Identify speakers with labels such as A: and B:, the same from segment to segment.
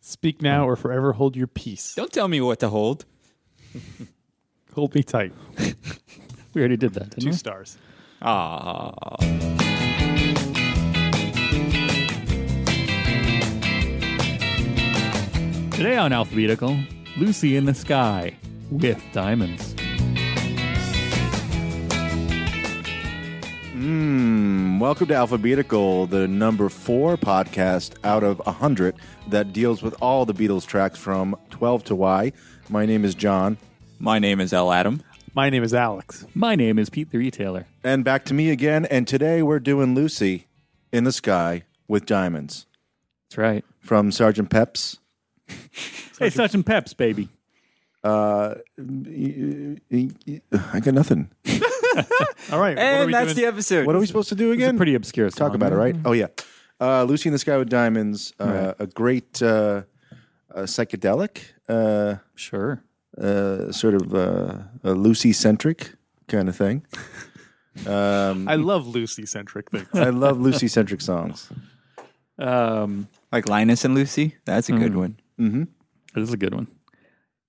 A: Speak now or forever hold your peace.
B: Don't tell me what to hold.
A: Hold me tight.
C: We already did that, didn't
A: Two
C: we?
A: stars.
B: Ah,
C: Today on Alphabetical, Lucy in the Sky with Diamonds.
D: Welcome to Alphabetical, the number four podcast out of 100 that deals with all the Beatles tracks from 12 to Y. My name is John.
B: my name is L. Adam.
A: My name is Alex.
C: My name is Pete the Retailer.
D: And back to me again. And today we're doing Lucy in the Sky with Diamonds
C: That's right.
D: from Sergeant Pep's.
C: Hey, such and peps, baby.
D: I got nothing.
A: All right. what are
B: And
A: we
B: that's
A: doing?
B: the episode.
D: What are we supposed to do
C: It's a
D: again?
C: pretty obscure song.
D: Talk about it, right? Oh, yeah. Uh, Lucy in the Sky with Diamonds, uh, a great uh, uh, psychedelic. Uh,
C: Sure.
D: uh, sort of uh, a Lucy centric kind of thing. Um,
A: I love Lucy centric things.
D: I love Lucy centric songs.
C: Um,
B: like Linus and Lucy? That's a good one.
C: This is a good one.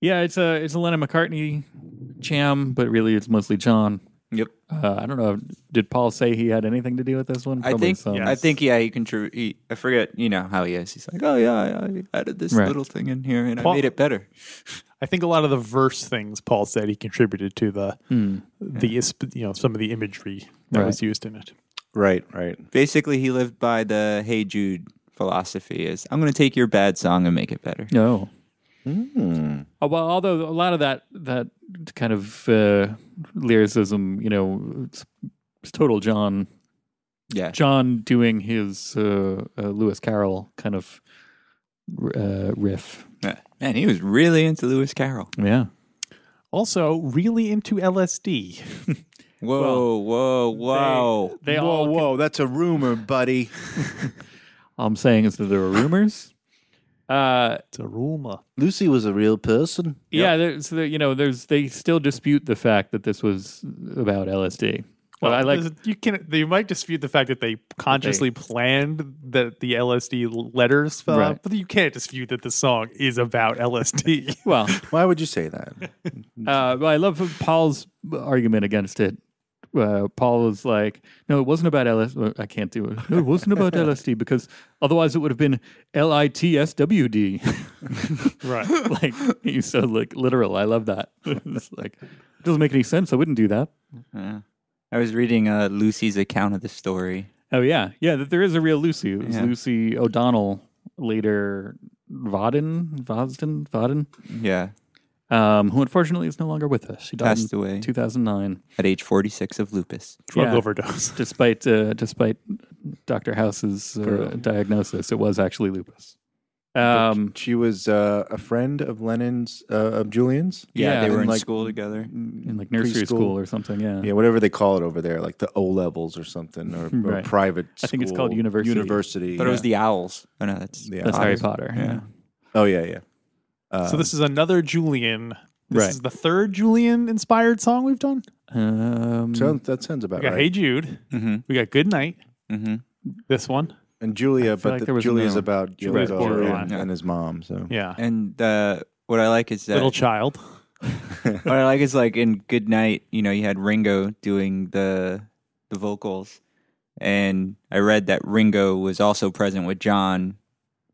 C: Yeah, it's a it's a Lennon McCartney jam, but really it's mostly John.
B: Yep.
C: Uh, I don't know. Did Paul say he had anything to do with this one?
B: I think
C: so.
B: I think yeah he contribute. I forget you know how he is. He's like oh yeah I I added this
C: Right.
B: little thing in here and
A: Paul-
B: I made it better.
A: I think a lot of the verse things Paul said he contributed to the the isp- you know some of the imagery that
C: Hmm. Right.
A: was used in it.
D: Right, right.
B: Basically he lived by the Hey Jude philosophy is I'm going to take your bad song and make it better.
C: No.
D: Hmm.
C: Oh, well, although a lot of that that kind of uh, lyricism, you know, it's, it's total John
B: Yeah.
C: John doing his uh, uh, Lewis Carroll kind of uh, riff.
B: Yeah. Man, he was really into Lewis Carroll.
C: Yeah.
A: Also, really into LSD.
B: Whoa, whoa, whoa.
C: They
D: Whoa,
C: all.
D: whoa, that's a rumor, buddy.
C: All I'm saying is that there were rumors. Uh,
A: It's a rumor.
D: Lucy was a real person.
C: Yeah, there, so there, you know, there's they still dispute the fact that this was about LSD. Well, I like
A: There's- you can. You might dispute the fact that they consciously planned that the LSD l- letters fell out,
C: Right.
A: but you can't dispute that the song is about LSD.
C: well,
D: Why would you say that?
C: uh, well, I love Paul's argument against it. Uh, Paul was like, "No, it wasn't about LSD. I can't do it. No, it wasn't about LSD because otherwise it would have been L I T S W D."
A: right.
C: like he's so like literal. I love that. it's like it doesn't make any sense. I wouldn't do that.
B: I was reading uh, Lucy's account of the story.
C: Oh yeah, yeah. That there is a real Lucy. It was
B: Yeah.
C: Lucy O'Donnell, later Vaden, Vosden, Vaden,
B: Yeah.
C: um, who unfortunately is no longer with us. She died
B: Passed
C: in
B: away
C: 2009
B: at age 46 of lupus.
A: Drug
C: Yeah.
A: overdose.
C: Despite uh, despite Dr. House's uh, diagnosis, it was actually lupus. Um,
D: she was uh, a friend of Lennon's, uh, of Julian's.
C: Yeah,
B: they
C: and
B: were in
D: like-
B: school together.
C: in like nursery
D: preschool.
C: school or something. Yeah.
D: Yeah, whatever they call it over there, like the O levels or something, or, or
C: Right.
D: private.
C: I think it's
D: school,
C: called university.
D: University.
B: But it was the owls. Oh, no, that's.
D: Yeah.
C: That's Harry Potter. Yeah.
D: Oh yeah, yeah.
A: so this is another Julian. This
C: Right.
A: is the third Julian inspired song we've done.
C: Um,
D: Sounds- that sounds about
A: We got
D: right.
A: Hey Jude. We got Good Night.
B: Mm-hmm.
A: This one.
D: And Julia, but
C: like
D: the-
C: there was
D: Julia's
C: another one.
D: about
A: Julia's
D: Yoko
A: borderline.
D: and, and his mom. So
A: Yeah.
B: And uh, what I like is that.
A: Little child.
B: what I like is like in Good Night, you know, you had Ringo doing the the vocals, and I read that Ringo was also present with John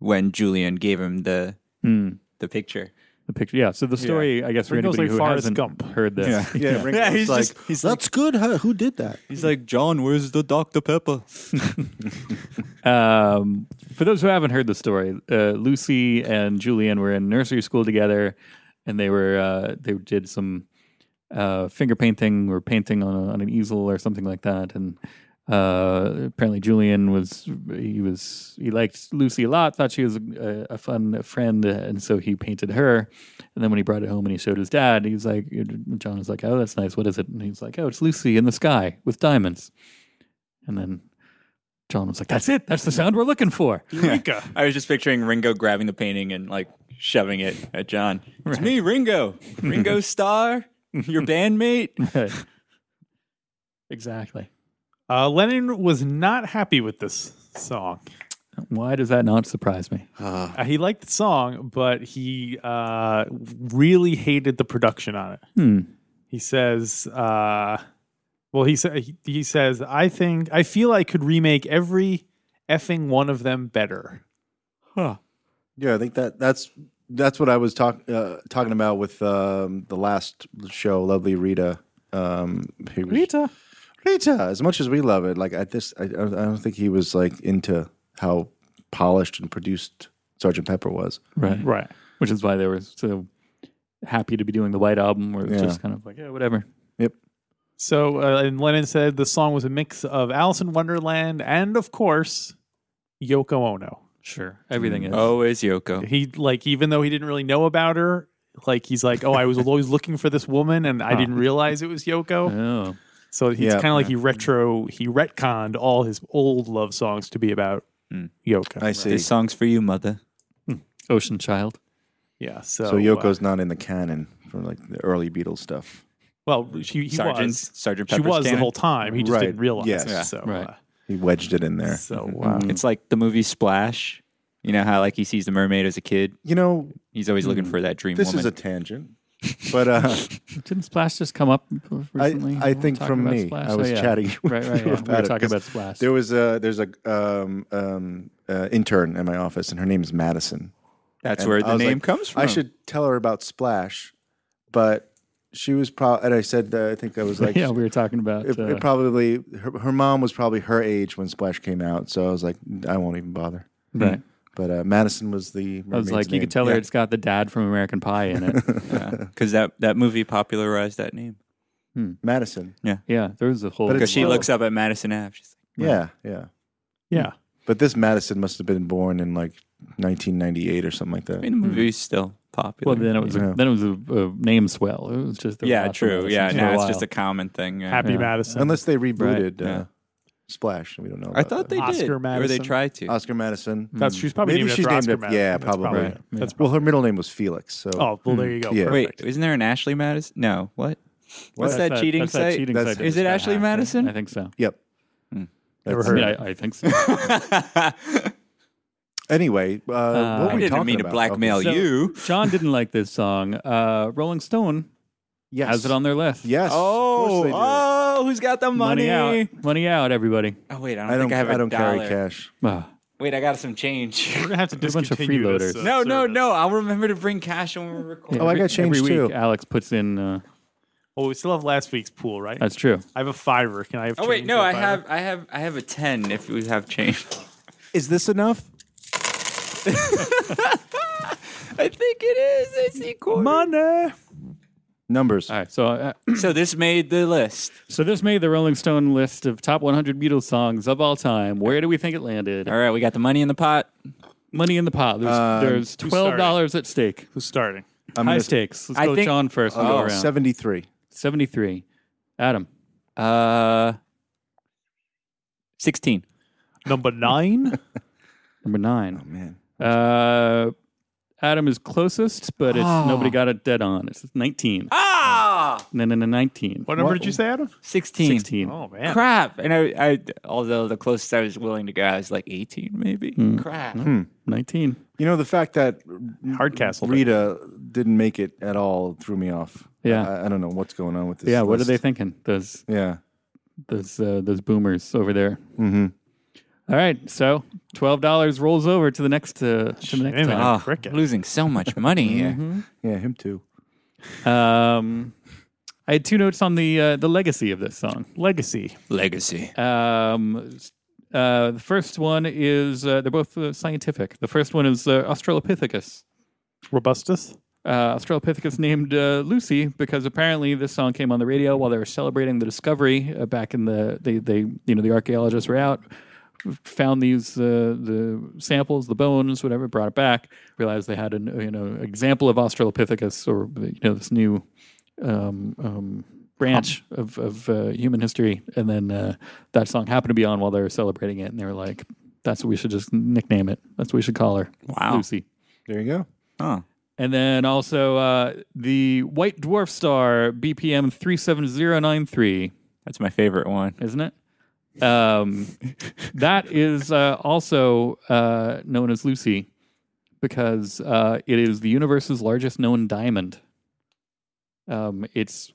B: when Julian gave him the
C: hmm,
B: the picture.
C: the picture. Yeah. So the story, I guess, for
A: Ringo's
C: anybody
A: like
C: who
A: Forrest
C: hasn't
A: Gump.
C: heard this,
D: yeah, Ringo
B: Yeah,
D: was
B: he's
D: like,
B: just- he's
D: that's good. Huh? Who did that?
B: He's like, John, where's the Dr Pepper?
C: Um, for those who haven't heard the story, uh, Lucy and Julian were in nursery school together, and they were uh, they did some uh, finger painting or painting on, a, on an easel or something like that. And uh, apparently, Julian was he was he liked Lucy a lot, thought she was a, a fun friend, and so he painted her. And then when he brought it home and he showed his dad, he was like, John was like, "Oh, that's nice. What is it?" And he was like, "Oh, it's Lucy in the sky with diamonds." And then John was like, "That's it. That's the sound we're looking for."
A: Eureka.
B: I was just picturing Ringo grabbing the painting and like shoving it at John. It's me, Ringo. Ringo Star, your bandmate.
C: exactly.
A: Uh, Lennon was not happy with this song.
C: Why does that not surprise me?
A: Uh, he liked the song, but he uh, really hated the production on it. He says, uh, "Well, he sa- he- he says I think I feel I could remake every effing one of them better."
D: Yeah, I think that that's that's what I was talking uh, talking about with um, the last show, Lovely Rita. Um, he was-
A: Rita,
D: Rita, as much as we love it, like I just I, I don't think he was like into how polished and produced Sergeant Pepper was.
C: Right.
A: right?
C: Which is why they were so happy to be doing the White Album, where it's
D: Yeah.
C: just kind of like, yeah, whatever.
D: Yep.
A: So, uh, and Lennon said the song was a mix of Alice in Wonderland and, of course, Yoko Ono.
C: Sure. Everything is.
D: Oh.
B: Always Oh, Yoko.
A: He like, even though he didn't really know about her, like he's like, "Oh, I was always looking for this woman, and I didn't realize it was Yoko."
C: Oh.
A: So he's
D: Yeah.
A: kind of like he retro, he retconned all his old love songs to be about Yoko.
D: Hmm. I see.
B: This song's for you, mother.
C: Ocean Child.
A: yeah. So,
D: so
A: uh,
D: Yoko's not in the canon for like the early Beatles stuff.
A: well, she he
B: Sergeant
A: was.
B: Sergeant
A: She
B: Pepper's
A: was the
B: canon.
A: whole time. He just
D: Right.
A: didn't realize.
D: Yes.
A: it,
D: Yeah. Mm-hmm.
A: So,
C: Right.
A: uh,
D: He wedged it in there.
A: so uh, wow.
B: It's like the movie Splash. You know how like he sees the mermaid as a kid.
D: You know,
B: He's always looking for that dream
D: this
B: woman.
D: is a tangent, but uh,
C: Didn't Splash just come up recently?
D: I
C: We were
D: think
C: talking
D: from
C: about
D: me.
C: Splash. Oh,
D: I was
C: yeah.
D: chatting with
C: Right, right.
D: you
C: Yeah. We
D: about
C: were
D: it,
C: talking
D: 'cause
C: about Splash.
D: there was a there's a um, um, uh, intern in my office, and her name's Madison.
B: That's
D: And
B: where
D: I
B: the
D: was
B: name
D: like,
B: comes from.
D: I should tell her about Splash, but she was probably, and I said that I think I was like,
C: yeah, we were talking about.
D: it,
C: uh,
D: it probably her, her mom was probably her age when Splash came out, so I was like, I won't even bother.
C: right.
D: But uh, Madison was the.
C: I was like, you could tell her it's got the dad from American Pie in it.
B: because that that movie popularized that name.
D: Madison.
C: yeah, there was a whole.
D: But
B: Because
D: it's-
B: she
D: Well-
B: looks up at Madison Ave. She's
D: Yeah, yeah.
A: Yeah.
D: But this Madison must have been born in like 1998 or something like that.
B: like, I mean, the movie's still popular.
C: well, then it was
D: Yeah.
C: a, then it was a, a name swell. It was just there were
B: yeah,
C: lots of
B: true.
C: Madisons
B: Yeah,
C: for
B: no,
C: a
B: it's
C: while.
B: just a common thing. yeah.
A: Happy
C: Yeah.
A: Madison.
D: Unless they rebooted
B: yeah.
D: uh, Splash, we don't know.
B: I
D: about
B: thought
D: that.
B: they
A: Oscar
B: did, or they
A: Madison.
B: tried to.
D: Oscar Madison.
A: That's
B: mm.
A: she's probably
D: Maybe
A: named
D: she's
A: after
D: named
A: Oscar
D: it-
A: Madison.
D: yeah,
A: That's
D: probably.
A: probably-
D: Right.
A: That's
D: Well, her middle name was Felix, so
A: oh well, there you go.
D: Yeah.
B: Wait,
A: Perfect.
B: isn't there an Ashley Madison? No, what?
D: What's
B: What's that,
C: That's
B: cheating
C: that's
B: site?
C: That cheating
D: That's-
C: site that
B: Is
C: just
B: it
C: got
B: Ashley
C: hacked, right?
B: Madison?
C: I think so.
D: yep.
B: Hmm.
A: Never
D: That's
A: heard
D: it.
A: of
C: I
A: it.
C: mean, I, I think so.
D: Anyway, uh, what were
B: I
D: we
B: didn't
D: talking
B: mean to
D: about?
B: blackmail
D: Okay.
C: So,
B: you.
C: John didn't like this song. Uh, Rolling Stone
D: Yes.
C: has it on their list.
D: Yes. of course
B: Oh,
D: they do.
B: oh, who's got the money?
C: money, out, money out, everybody.
B: Oh wait, I don't,
D: I don't.
B: think I have a
D: I don't
B: dollar.
D: carry cash.
C: Ah,
B: Wait, I got some change.
A: We're gonna have to
C: There's a bunch of
A: discontinue this,
C: freeloaders.
A: uh,
B: no, no,
A: service.
B: no. I'll remember to bring cash when we record.
C: yeah,
D: I
C: every-
D: got changed,
C: every week.
D: too.
C: Alex puts in. Uh,
A: Well, we still have last week's pool, right?
C: that's true.
A: I have a fiver. Can I have?
B: Oh wait,
A: change
B: no,
A: for a
B: I
A: fiver?
B: have, I have, I have a ten. If we have change,
D: Is this enough?
B: I think it is. I see quarter.
A: money.
D: Numbers.
C: All right, so uh,
B: So this made the list.
C: so this made the Rolling Stone list of top 100 Beatles songs of all time. Where do we think it landed?
B: All right, Uh, we got the money in the pot.
C: Money in the pot. There's, there's
A: who
C: twelve dollars at stake.
A: Who's starting?
D: I'm
C: High
D: gonna-
C: stakes. Let's
B: I
C: go
B: think-
C: John first. We'll go
D: Oh,
C: around.
D: 73.
C: Seventy-three. Adam.
B: Uh, sixteen.
A: Number nine.
C: Number nine.
D: Man.
C: Uh, Adam is closest, but it's nobody got it dead on. It's nineteen.
B: Ah,
C: No, no, no, nineteen.
A: What number did you say, Adam?
B: sixteen.
C: Sixteen.
A: Oh man.
B: Crap. And I, I, although the closest I was willing to go, I was like eighteen, maybe. Crap.
C: Nineteen.
D: You know the fact that
A: Hardcastle.
D: Rita didn't make it at all threw me off.
C: Yeah.
D: I, I don't know what's going on with this.
C: Yeah. What are
D: list.
C: they thinking? Those
D: Yeah.
C: those uh, those boomers over there. Mm-hmm. right. So twelve dollars rolls over to the next uh, to the
A: Hey,
C: next
A: man.
C: time.
B: Ah,
A: Cricket.
B: losing so much money here.
D: Yeah. Him too.
C: Um, I had two notes on the uh, the legacy of this song.
A: Legacy.
B: Legacy.
C: Um, s- uh, the first one is uh, they're both uh, scientific. The first one is uh, Australopithecus.
A: Robustus.
C: Uh, Australopithecus named uh, Lucy because apparently this song came on the radio while they were celebrating the discovery uh, back in the they, they you know the archaeologists were out found these uh, the samples the bones whatever brought it back realized they had an you know example of Australopithecus or you know this new um, um, branch of, of uh, human history. And then uh, that song happened to be on while they were celebrating it. And they were like, that's what we should just nickname it. That's what we should call her.
B: Wow.
C: Lucy.
D: There you go.
B: Huh.
C: And then also uh, the White Dwarf Star BPM 37093,
B: That's my favorite one.
C: isn't it? Um, that is uh, also uh, known as Lucy because uh, it is the universe's largest known diamond. Um, it's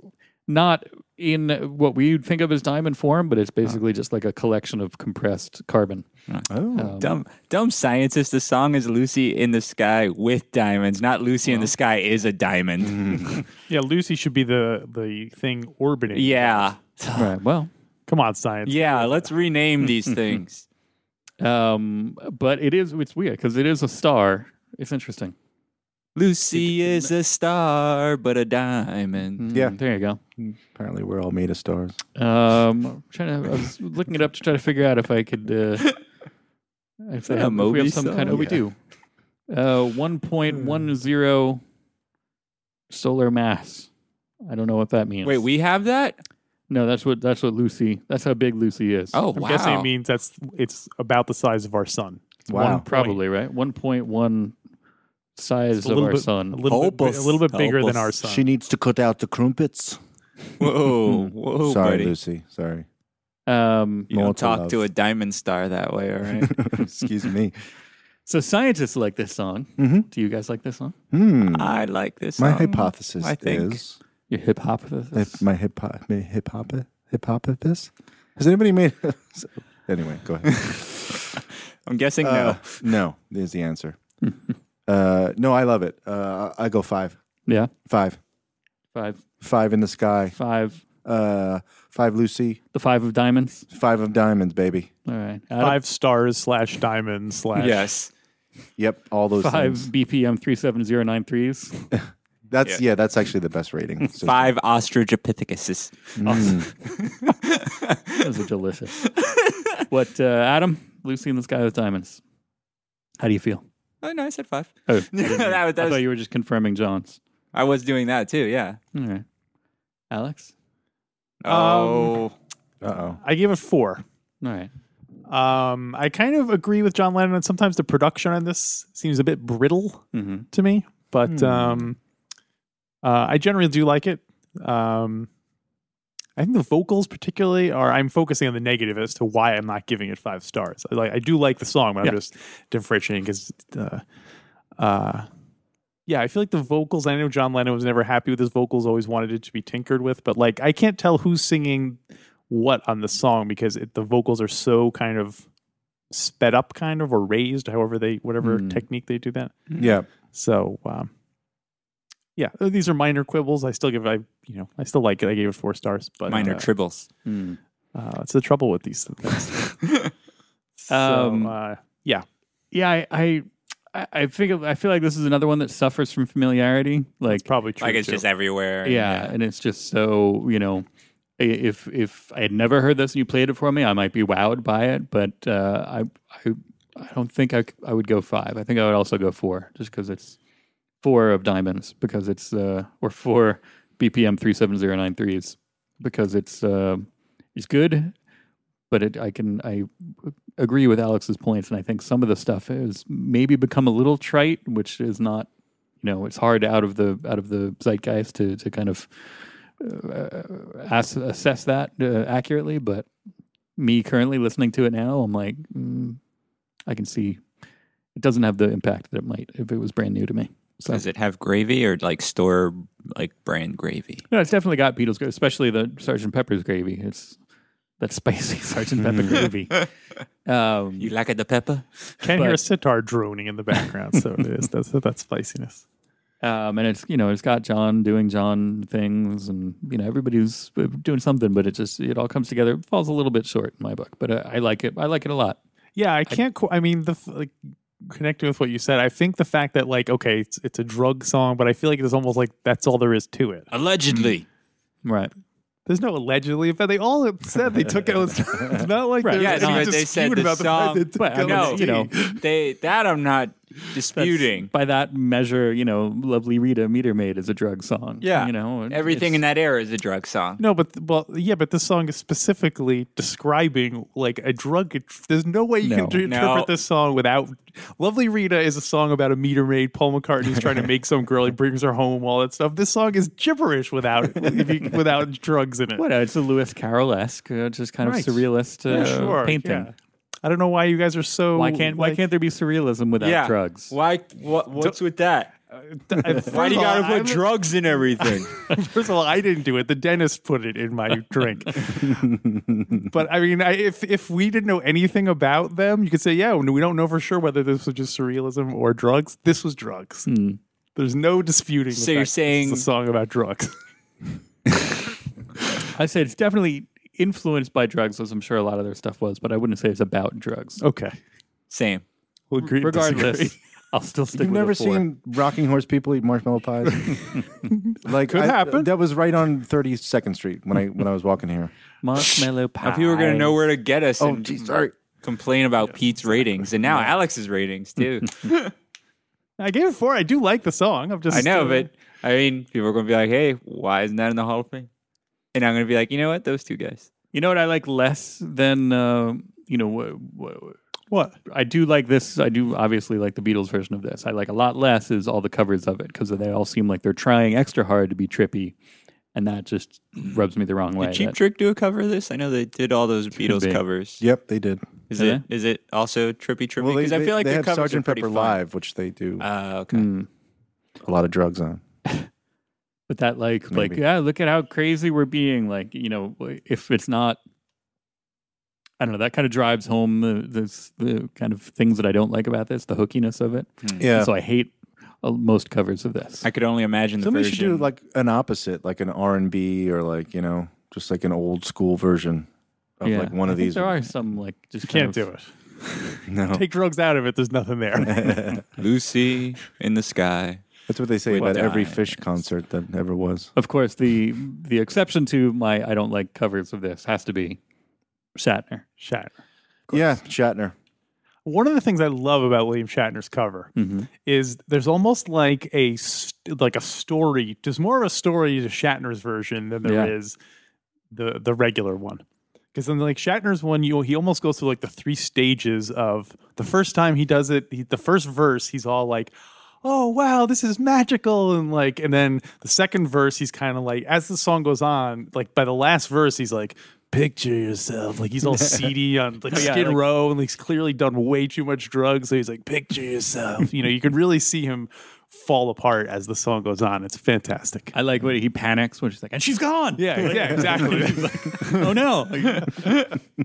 C: not in what we would think of as diamond form, but it's basically just like a collection of compressed carbon.
D: Oh,
C: Um,
B: Dumb, dumb scientist. The song is Lucy in the Sky with Diamonds, not Lucy in the Sky is a diamond.
A: Yeah, Lucy should be the the thing orbiting.
B: yeah.
C: Um, right. Well,
A: Come on, science.
B: Yeah, let's rename these things.
C: um, but it is, it's weird because it is a star. It's interesting.
B: Lucy is a star, but a diamond.
D: Yeah.
C: Mm, There you go.
D: apparently we're all made of stars.
C: Um, I'm trying to, I was looking it up to try to figure out if I could. Uh, if,
B: that a
C: I have, if we
B: Moby
C: have some kind of.
B: song?
C: We do. Uh, one point
D: Hmm.
C: one zero solar mass. I don't know what that means.
B: Wait, we have that?
C: no, that's what that's what Lucy. That's how big Lucy is.
B: Oh,
A: I'm
B: wow.
A: guessing it means that's it's about the size of our sun.
D: Wow.
A: One-
C: probably right. One point one size
A: It's a
C: of
A: little
C: our
A: bit, A
C: sun.
A: little,
B: Help
A: bit,
B: us.
A: a little bit bigger
B: Help
A: than our
B: us.
A: sun.
D: She needs to cut out the crumpets.
B: Whoa, whoa,
D: Sorry,
B: buddy.
D: Lucy. Sorry.
C: Um,
B: You don't
D: Mortal
B: talk
D: love.
B: to a diamond star that way, all right?
D: Excuse me. Mm-hmm.
C: so scientists like this song. Do you guys like this song?
D: Hmm.
A: Ah,
B: I like this.
D: My
B: song.
D: hypothesis
B: I think-
D: is
C: Your hip hop. This.
D: if my hip hop my hip hop hip hop this. Has anybody made? anyway, go ahead.
B: I'm guessing
D: Uh, no is the answer. uh, no, I love it. Uh, I go five,
C: Yeah,
D: five,
C: five,
D: five in the sky.
C: five,
D: Uh, five Lucy,
C: the five of diamonds.
D: five of diamonds, baby.
C: All right, Adam?
A: Five stars slash diamonds
B: no.
A: slash.
B: Yes.
D: Yep, all those
C: five
D: things.
C: BPM three seven zero nine threes.
D: That's yeah. that's actually the best rating. mm. So-
B: Five Australopithecises.
C: Those are delicious. what, uh, Adam? Lucy in the Sky with Diamonds. How do you feel?
B: Oh no, I said five.
C: Oh,
B: that was, that
C: I
B: was-
C: thought you were just confirming John's.
B: I was doing that too. Yeah.
C: All right, Alex.
B: Oh,
D: Uh-oh.
A: I gave it four.
C: All right,
A: Um, I kind of agree with John Lennon. and Sometimes the production on this seems a bit brittle
C: Mhm.
A: to me, but um, uh, I generally do like it. Um, I think the vocals, particularly, are I'm focusing on the negative as to why I'm not giving it five stars. I Like I do like the song, but
C: Yeah.
A: I'm just differentiating because, uh, uh, yeah, I feel like the vocals. I know John Lennon was never happy with his vocals; always wanted it to be tinkered with. But like, I can't tell who's singing what on the song because it, the vocals are so kind of sped up, kind of or raised, however they whatever
C: Hmm.
A: technique they do that.
D: Yeah.
A: So um, yeah, uh, these are minor quibbles. I still give it- I you know I still like it. I gave it four stars, but
B: minor
A: uh,
B: tribbles.
C: Hmm.
A: uh, it's the trouble with these things. so,
C: Um,
A: uh,
C: Yeah, I, I, I- I think I feel like this is another one that suffers from familiarity. Like,
A: probably true.
B: Like it's
A: too.
B: just everywhere. and
C: yeah, and it's just so you know i- if if i had never heard this and you played it for me i might be wowed by it but uh i i, I don't think I, c- I would go five i think i would also go four just because it's four of diamonds because it's uh or four bpm 37093s because it's uh it's good but it, I can I agree with Alex's points, and I think some of the stuff has maybe become a little trite, which is not, you know, it's hard out of the out of the zeitgeist to to kind of uh, ass, assess that uh, accurately. But me currently listening to it now, I'm like, mm, I can see it doesn't have the impact that it might if it was brand new to me. So
B: Does it have gravy or like store like brand gravy?
C: no, it's definitely got Beatles, gra- especially the Sergeant Pepper's gravy. It's that spicy Sergeant Pepper gravy. Um,
B: You like it, the pepper?
A: can't hear a
C: but-
A: sitar droning in the background, so it is that's that spiciness.
C: Um, and it's you know it's got John doing John things, and you know everybody's doing something, but it just it all comes together. It falls a little bit short in my book, but uh, I like it. I like it a lot.
A: Yeah, I can't. qu- I mean, the f- like connecting with what you said, I think the fact that like okay, it's, it's a drug song, but I feel like it's almost like that's all there is to it.
B: Allegedly.
C: Right.
A: There's no allegedly, but they all said they took it. It's not like
C: Right.
A: there's
C: Yeah,
A: any
B: no, but they said
A: dispute
B: the
A: about the fact
B: song-
A: that they took
C: But I mean,
A: LSD.
C: you know,
B: they that I'm not
C: That's-
B: disputing.
C: by that measure, you know, "Lovely Rita Meter Maid" is a drug song.
B: Yeah.
C: you know, it-
B: Everything
C: it's-
B: in that era is a drug song.
A: No, but well, yeah, but this song is specifically describing like a drug. There's no way you
C: No.
A: can d-
B: No.
A: interpret this song without. Lovely Rita is a song about a meter maid. Paul McCartney's trying to make some girl. He brings her home. All that stuff. This song is gibberish without if you, without drugs in it.
C: What? uh, It's a Lewis Carroll esque, uh, just kind
A: Right.
C: of surrealist uh,
A: Yeah, sure,
C: painting.
A: yeah. I don't know why you guys are so.
C: Why can't Why
A: like-
C: can't there be surrealism without
B: yeah.
C: drugs?
B: Why? What, what's with that?
A: I-
B: Why do you gotta put
A: I'm-
B: drugs in everything?
A: First of all, I didn't do it. The dentist put it in my drink. but I mean, I, if if we didn't know anything about them, you could say, yeah, we don't know for sure whether this was just surrealism or drugs. This was drugs. There's no disputing. the
B: So you're
A: fact that this is
B: saying-
A: a song about drugs?
C: I say it's definitely influenced by drugs, as I'm sure a lot of their stuff was, but I wouldn't say it's about drugs.
A: okay,
B: Same.
A: we'll agree. to
C: Regardless,
A: disagree.
C: I'll still stick.
D: You've
C: with the
D: never
C: four.
D: seen rocking horse people eat marshmallow pies? like
A: Could
D: I-
A: happen.
D: That was right on 32nd Street when I when I was walking here.
C: marshmallow pie.
B: If you were gonna know where to get us,
D: Oh,
B: and
D: geez, sorry.
B: complain about Pete's ratings, and now Alex's ratings too.
A: I gave it four. I do like the song. I'm just.
B: I know,
A: uh,
B: but I mean, people are gonna be like, "Hey, why isn't that in the Hall of Fame?" And I'm gonna be like, "You know what? Those two guys."
C: You know what I like less than uh, you know. Wh- wh-
A: what?
C: I do like this. I do obviously like the Beatles version of this. I like a lot less is all the covers of it because they all seem like they're trying extra hard to be trippy, and that just rubs me the wrong way.
B: Did Cheap
C: That-
B: Trick do a cover of this? I know they did all those Beatles
C: be.
B: covers.
D: Yep, they did.
B: Is
C: Yeah.
B: it is it also trippy trippy? Because I feel like
D: they
B: the
D: have
B: covers
D: Sergeant
B: are pretty
D: Pepper
B: fun.
D: Live, which they do
B: Ah, okay.
C: Mm.
D: a lot of drugs on.
C: But that like like
D: Maybe.
C: yeah, look at how crazy we're being. Like you know, if it's not, I don't know. That kind of drives home the this the kind of things that I don't like about this, the hookiness of it.
D: Yeah.
C: So I hate uh, most covers of this.
B: Hmm. I could only imagine the
D: Somebody
B: version.
D: should do like an opposite, like an R and B or like, you know, just like an old school version of
C: Yeah.
D: like one
C: I
D: of
C: think
D: these.
C: There are some like just kind
A: Can't do
C: of-
A: it.
D: No.
A: Take drugs out of it. There's nothing there.
B: Lucy in the sky.
D: That's what they say
B: We
D: about every
B: die.
D: fish concert that ever was.
C: Of course, the the exception to my I don't like covers of this has to be Shatner.
A: Shatner.
D: Yeah, Shatner.
A: One of the things I love about William Shatner's cover
C: Mm-hmm.
A: is there's almost like a st- like a story. There's more of a story to Shatner's version than there is
C: Yeah.
A: the the regular one. Because then, like Shatner's one, you he almost goes through like the three stages of the first time he does it. He, the first verse, he's all like, "Oh wow, this is magical," and like, and then the second verse, he's kind of like, as the song goes on, like by the last verse, he's like. Picture yourself like he's all seedy on like
C: Yeah,
A: Skid
C: like-
A: Row, and he's clearly done way too much drugs. So he's like, "Picture yourself." you know, you can really see him fall apart as the song goes on. It's fantastic.
C: I like when he panics when she's like, and she's gone.
A: Yeah, yeah, exactly.
C: oh no,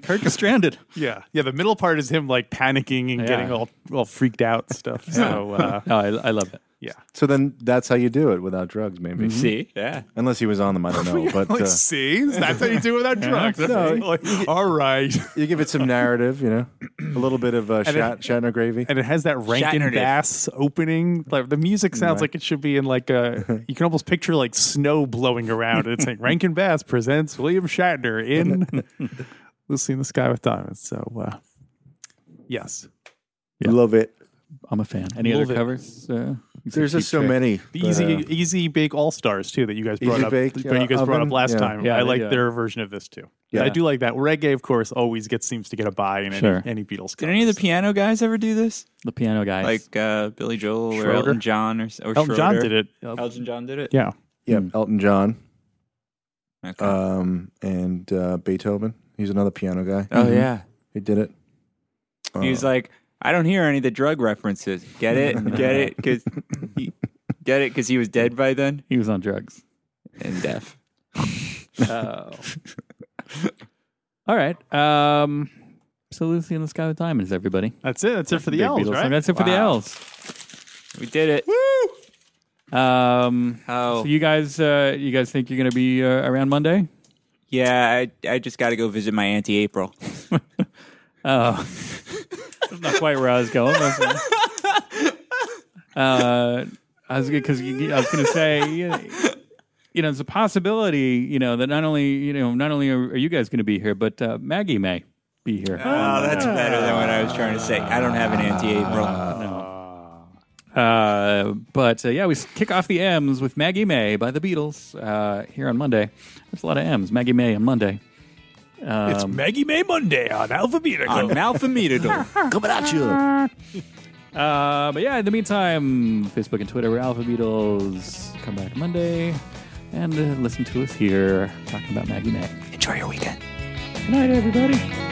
C: Kirk is stranded.
A: Yeah, yeah. The middle part is him like panicking and getting
C: Yeah.
A: all all freaked out and stuff. So uh,
C: No, I, I love it.
A: yeah,
D: So then that's how you do it without drugs, maybe.
A: Mm-hmm.
B: See, Mm-hmm. yeah.
D: Unless he was on them, I don't know. But
A: like
D: uh,
A: see, that's how you do it without drugs.
D: No,
A: Like, all right.
D: you give it some narrative, you know, a little bit of uh,
A: And it-
D: Shat- Shatner gravy.
A: And it has that Rankin
B: Shatnered it.
A: Bass opening. Like the music sounds like it should be in like a. You can almost picture like snow blowing around. And it's like Rankin Bass presents William Shatner in Lucy in the Sky with Diamonds. So uh, yes,
D: Love it.
C: I'm a fan. Any
A: Love
C: other
A: it.
C: covers? Uh, you said
D: There's
C: Cheap
D: just so
C: Trick.
D: many.
A: The
D: but,
A: easy, e-
D: uh,
A: easy bake all stars too that you guys brought
D: Easy
A: up.
D: Bake,
A: that
D: uh,
A: you guys brought
D: Oven,
A: up last
D: yeah.
A: time.
C: Yeah,
A: I like
C: yeah.
A: their version of this too.
D: Yeah.
A: I do like that. Reggae, of course, always gets seems to get a buy in
C: Sure.
A: any, any Beatles.
B: Did any of the
A: covers.
B: piano guys ever do this?
C: The piano guys.
B: Like uh, Billy Joel or
A: Schroeder?
B: Elton John or, s- or
A: Elton John
B: Schroeder?
A: did it?
B: Elton John did it.
A: Yeah,
D: yeah,
A: Mm.
D: Elton John
B: Okay.
D: um, and uh, Beethoven. He's another piano guy.
B: oh yeah.
D: He did it. Uh,
B: He was like, I don't hear any of the drug references. Get it? Get it? Because he, get it? Because he was dead by then
C: he was on drugs.
B: and deaf.
C: Oh. All right. Um, so Lucy in the Sky with Diamonds, everybody.
A: that's it. That's it for the
C: Big
A: L's,
C: Beatles
A: right?
C: song. That's it for the
B: Wow.
C: L's.
B: We did it.
C: Um,
B: Oh.
C: So you guys, uh, you guys think you're going to be uh, around Monday?
B: Yeah, I, I just got to go visit my auntie April.
C: Oh, that's not quite where I was going. was it? uh, I was because I was going to say, you know, it's a possibility, you know, that not only you know, not only are, are you guys going to be here, but uh, Maggie may be here.
B: Oh, that's better than what I was trying to say. I don't have an auntie April.
C: no. Uh, but uh, yeah, we s- kick off the M's with Maggie May by the Beatles uh, here on Monday. That's a lot of M's. Maggie May on Monday.
D: Um,
A: it's Maggie May Monday on Alphabetical.
B: on Malfamididol.
D: Coming at you.
C: Uh, but yeah, in the meantime, Facebook and Twitter, we're Alpha Beatles. Come back Monday and uh, listen to us here talking about Maggie May.
B: Enjoy your weekend.
C: Good night, everybody.